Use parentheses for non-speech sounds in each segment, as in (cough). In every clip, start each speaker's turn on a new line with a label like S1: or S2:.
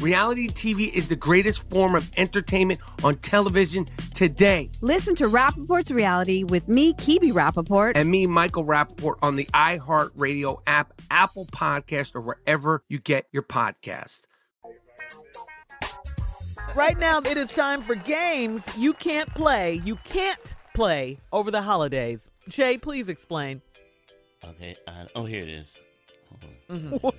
S1: Reality TV is the greatest form of entertainment on television today.
S2: Listen to Rappaport's Reality with me, Kibi Rappaport.
S1: And me, Michael Rappaport, on the iHeartRadio app, Apple Podcast, or wherever you get your podcast.
S3: Right now, it is time for games you can't play. You can't play over the holidays. Jay, please explain.
S4: Okay. I, oh, here it is.
S3: What?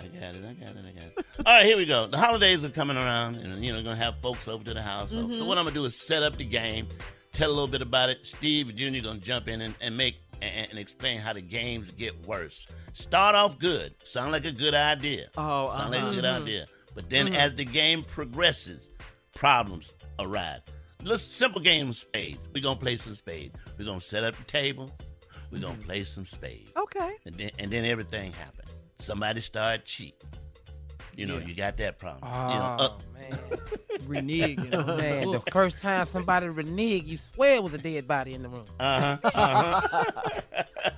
S4: I got it. I got it. I got it. All right, here we go. The holidays are coming around, and you know, gonna have folks over to the house. So-
S3: Mm-hmm.
S4: So what I'm gonna do is set up the game, tell a little bit about it. Steve and Junior gonna jump in and, and make and, and explain how the games get worse. Start off good. Sound like a good idea.
S3: Oh,
S4: sound like a
S3: uh-huh. Mm-hmm.
S4: good idea. But then as the game progresses, problems arise. Let's simple game of spades. We're gonna play some spades. We're gonna set up the table. We're gonna play some spades
S3: Mm-hmm. Okay.
S4: and then and then everything happened. Somebody started cheating. You know, you got that problem. you know,
S3: Ah.
S4: uh,
S5: Oh,
S4: up- (laughs)
S5: reneging. Man, the first time somebody reneged, you swear it was a dead body in the room.
S4: uh-huh, uh-huh.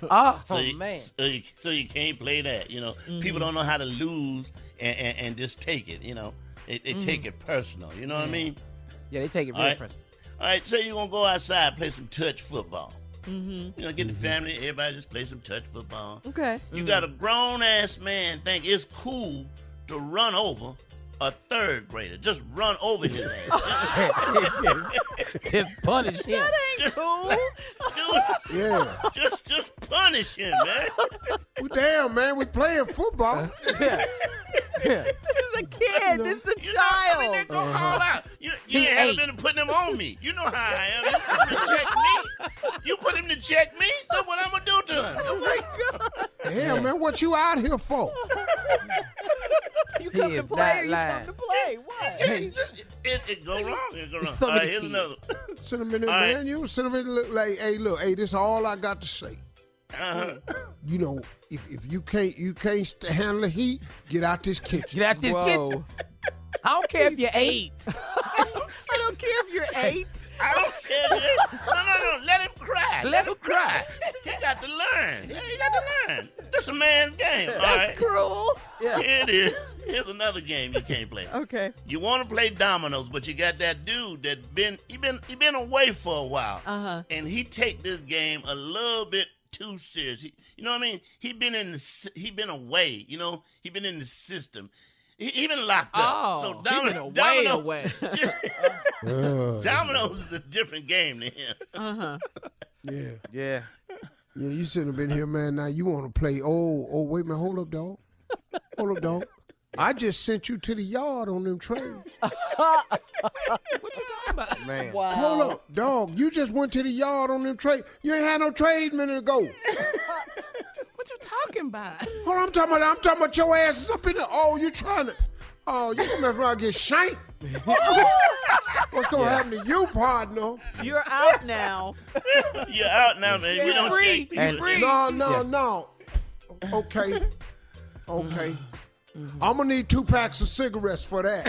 S5: (laughs) Oh
S4: so you,
S5: man, Mm-hmm.
S4: so you so you can't play that. You know, people don't know how to lose and, and, and just take it. You know, they, they take it personal. You know what I mean?
S5: Mm. yeah, they take it
S4: All
S5: real
S4: right.
S5: personal.
S4: All right, say you're gonna go outside play some touch football.
S5: Mm-hmm.
S4: You know, get the family, everybody just play some touch football.
S3: Mm-hmm. Okay.
S4: You got a
S5: Mm.
S4: grown ass man think it's cool to run over a third grader. Just run over
S3: (laughs)
S4: his ass.
S5: Just punish him.
S3: Cool.
S4: Dude,
S6: Yeah.
S4: just just punish him,
S5: (laughs)
S4: man.
S6: Well, damn, man, we
S1: (laughs)
S6: playing football.
S5: Yeah. yeah.
S3: this is a kid. This is a
S4: You know, I mean,
S3: child.
S4: they're gonna call out. You, you
S5: He
S4: ain't
S5: ate.
S4: had been putting them on me. You know how I am. You put him to check me. You put him to check me. Look what I'm gonna do to him.
S5: (laughs)
S6: Damn, man, what you out here for?
S3: You
S5: He
S3: come to
S5: is
S3: play.
S5: not
S3: or You come
S5: lying.
S3: to play. What?
S5: Hey,
S4: It, it go wrong. It go wrong.
S5: so
S4: All right,
S5: many
S4: here's
S5: kids.
S4: another. one.
S6: Sit him in there,
S4: All right.
S6: man. You sit him in there, look like, hey, look, hey, this is all I got to say.
S4: Uh-huh.
S6: You know, if, if you can't you can't st- handle the heat, get out this kitchen.
S5: get out this kitchen.
S3: Whoa.
S5: I don't care if
S4: (laughs)
S5: you're eight.
S3: I don't care if you're eight.
S4: I don't care.
S5: (laughs)
S4: man. No, no, no. Let him cry.
S5: Let him cry.
S4: He got to learn. Yeah, he got to learn. This a man's game. All right.
S3: Cruel.
S4: Here it is. Here's another game you can't play.
S3: Okay.
S4: You want to play dominoes, but you got that dude that been he been he been away for a while,
S5: Uh-huh.
S3: Uh huh.
S4: and he take this game a little bit too serious. He, you know what I mean? He been in the si- he been away. You know he been in the system. He, he been locked up.
S5: Oh,
S4: so Domino, Domino's,
S5: (laughs)
S4: (laughs)
S6: Ugh.
S4: Domino's is a different game
S5: (laughs)
S4: to him.
S3: Uh-huh.
S6: Yeah.
S5: Yeah.
S6: Yeah, you shouldn't have been here, man. Now you want to play. Oh, oh, wait a minute. Hold up, dog. Hold up, dog. I just sent you to the yard on
S7: (laughs)
S6: them trains.
S5: Man.
S6: Hold up, dog. You just went to the yard on them trade. You ain't had no trade minute ago.
S7: (laughs) What you talking about?
S6: Hold on, I'm talking about. I'm talking about your ass is up in the. Oh, you trying to? Oh, you gonna mess around and get shanked?
S7: (laughs)
S6: What's gonna happen to you, partner?
S3: You're out now.
S4: You're out now, man. we don't shake people.
S6: No, no,
S4: Yeah.
S6: no. Okay, okay. I'm gonna need two packs of cigarettes for that.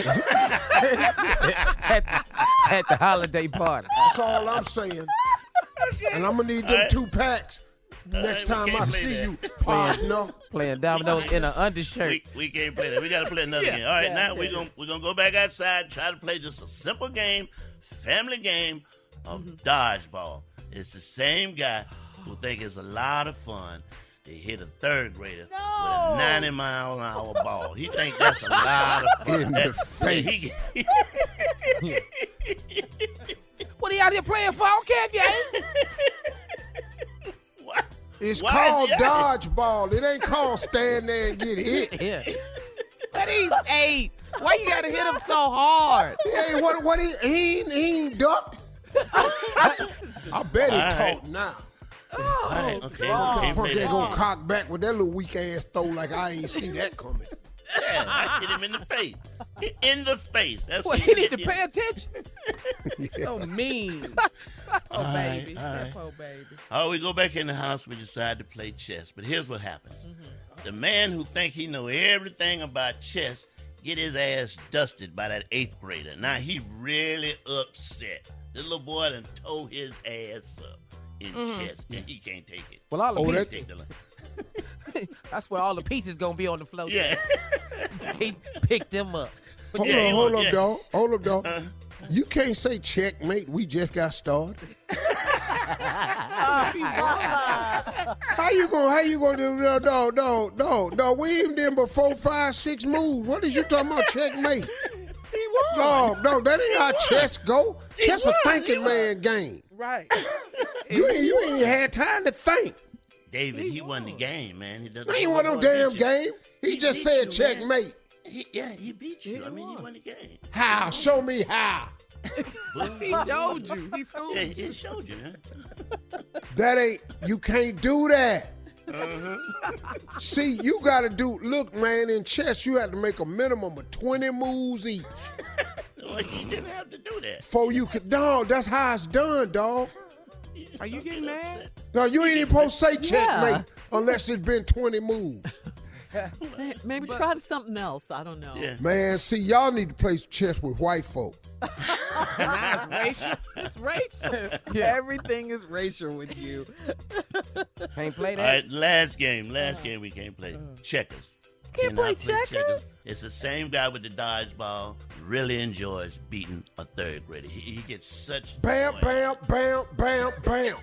S5: (laughs) at, at the holiday
S4: (laughs)
S5: party.
S6: That's all I'm saying. And I'm gonna need them
S5: All right.
S6: two packs next
S4: All right, we
S6: time I
S4: can't play
S6: see
S4: that.
S6: you, Uh, partner.
S5: Playing dominoes in an undershirt.
S4: We can't play that. We gotta play another
S5: Yeah.
S4: game. All right,
S5: Yeah,
S4: now
S5: yeah.
S4: we're gonna we're gonna go back outside, try to play just a simple game, family game of
S5: Mm-hmm.
S4: dodgeball. It's the same guy who think it's a lot of fun to hit a third grader with a 90 mile an hour ball. He think that's a lot of fun.
S6: In
S4: That-
S6: the face.
S4: he-
S5: What are you out here playing for? I don't care if
S4: (laughs)
S5: you ain't.
S6: It's
S5: Why is
S6: called
S5: he out
S6: dodgeball. It ain't called stand there and get hit.
S5: (laughs) Yeah.
S7: But he's eight. Why you gotta hit him so
S5: (laughs)
S7: hard?
S6: Hey, what what he he ain't, he ain't ducked? I bet he
S4: All right.
S6: talk now.
S5: Oh,
S4: All right, okay, okay,
S6: Punk
S4: play
S6: punk
S4: that
S6: ain't gonna
S4: game.
S6: cock back with that little weak ass throw like I ain't see that coming.
S4: Yeah, I hit him in the face. In the face. That's
S5: Well,
S4: what
S5: he need to pay (laughs) attention.
S3: So mean.
S4: All
S3: Oh,
S4: right,
S3: baby.
S4: all right.
S3: Oh, baby.
S4: Oh, we go back in the house. We decide to play chess. But here's what happens:
S3: Mm-hmm.
S4: the man who think he know everything about chess get his ass dusted by that eighth grader. Now he really upset. The little boy done tore his ass up in
S5: Mhm.
S3: Mm-hmm.
S4: chess, and he can't take it.
S5: Well, all the
S4: He
S5: pieces-
S4: can't take the line.
S5: That's where all the pieces gonna be on the floor.
S4: (laughs) Yeah.
S5: he picked them up.
S6: Hold
S5: Yeah,
S6: on,
S5: he
S6: hold
S5: won't-
S6: up,
S5: yeah.
S6: dog. Hold up, dog.
S4: Uh-huh.
S6: You can't say checkmate. We just got
S4: (laughs)
S6: started. How you gonna how you gonna do no no no no no we even did but four, five, six moves. What is you talking about checkmate?
S3: He won.
S6: No, no, that ain't how
S4: won.
S6: chess go.
S4: He
S6: Chess
S4: won,
S6: a
S4: he
S6: thinking man game.
S3: Right.
S4: (laughs)
S6: You ain't you ain't even had time to think.
S4: David, he, won the game, man. He done-
S6: That
S4: the
S6: ain't
S4: little
S6: won no
S4: boy
S6: damn
S4: beat you.
S6: game. He,
S4: He
S6: just
S4: beat
S6: said
S4: you, man.
S6: checkmate.
S4: He, yeah, he beat you. I mean, he won the game.
S6: How? Show me how.
S3: (laughs) He showed you. He schooled
S4: Yeah,
S3: you.
S4: it showed you, man. (laughs)
S6: That ain't you can't do that.
S4: Uh-huh.
S6: See, you gotta do look, man, in chess you have to make a minimum of 20 moves each.
S4: Well, he didn't have to do that.
S6: Before you could dog, that's how it's done, dog.
S3: Are you getting mad?
S6: No, you ain't even supposed to say checkmate unless it's been 20 moves.
S3: May- (laughs) Maybe try something else. I don't know.
S4: Yeah.
S6: Man, see, y'all need to play chess with white folk.
S3: Now it's racial. It's racial.
S5: (laughs) Yeah.
S3: Everything is racial with you.
S5: Can't play
S4: All
S5: that.
S4: right, last game. Last game we can't play. Checkers.
S3: Uh-huh. Can't play checkers?
S4: It's the same guy with the dodgeball. Really enjoys beating a third grader. He, he gets such
S6: Bam,
S4: joy.
S6: bam, bam, bam,
S4: (laughs)
S6: bam.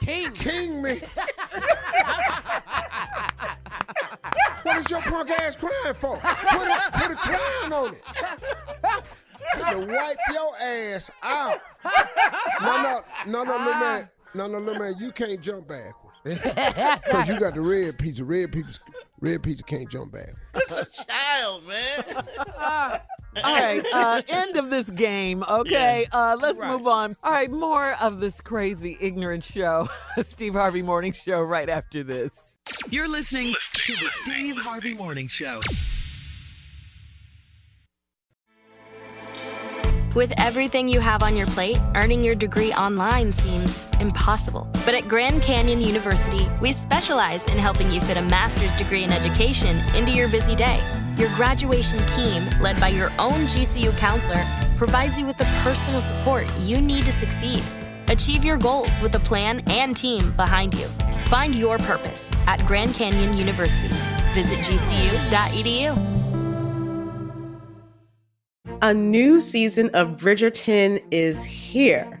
S5: King.
S6: King me. what is your punk ass crying for? Put a, put a crown on it. To wipe your ass out. No, no, no, no, little man. No, no, little man, you can't jump backwards. Because you got the red pizza. Red pizza, red pizza can't jump backwards.
S4: It's a child, man.
S3: All right, uh, end of this game, okay? Uh, let's move on. All right, more of this crazy, ignorant show, (laughs) Steve Harvey Morning Show, right after this.
S7: You're listening to the Steve Harvey Morning Show.
S8: With everything you have on your plate, earning your degree online seems impossible. But at Grand Canyon University, we specialize in helping you fit a master's degree in education into your busy day. Your graduation team, led by your own GCU counselor, provides you with the personal support you need to succeed. Achieve your goals with a plan and team behind you. Find your purpose at Grand Canyon University. Visit gcu.edu.
S9: A new season of Bridgerton is here.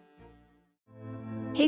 S10: Hey,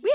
S11: We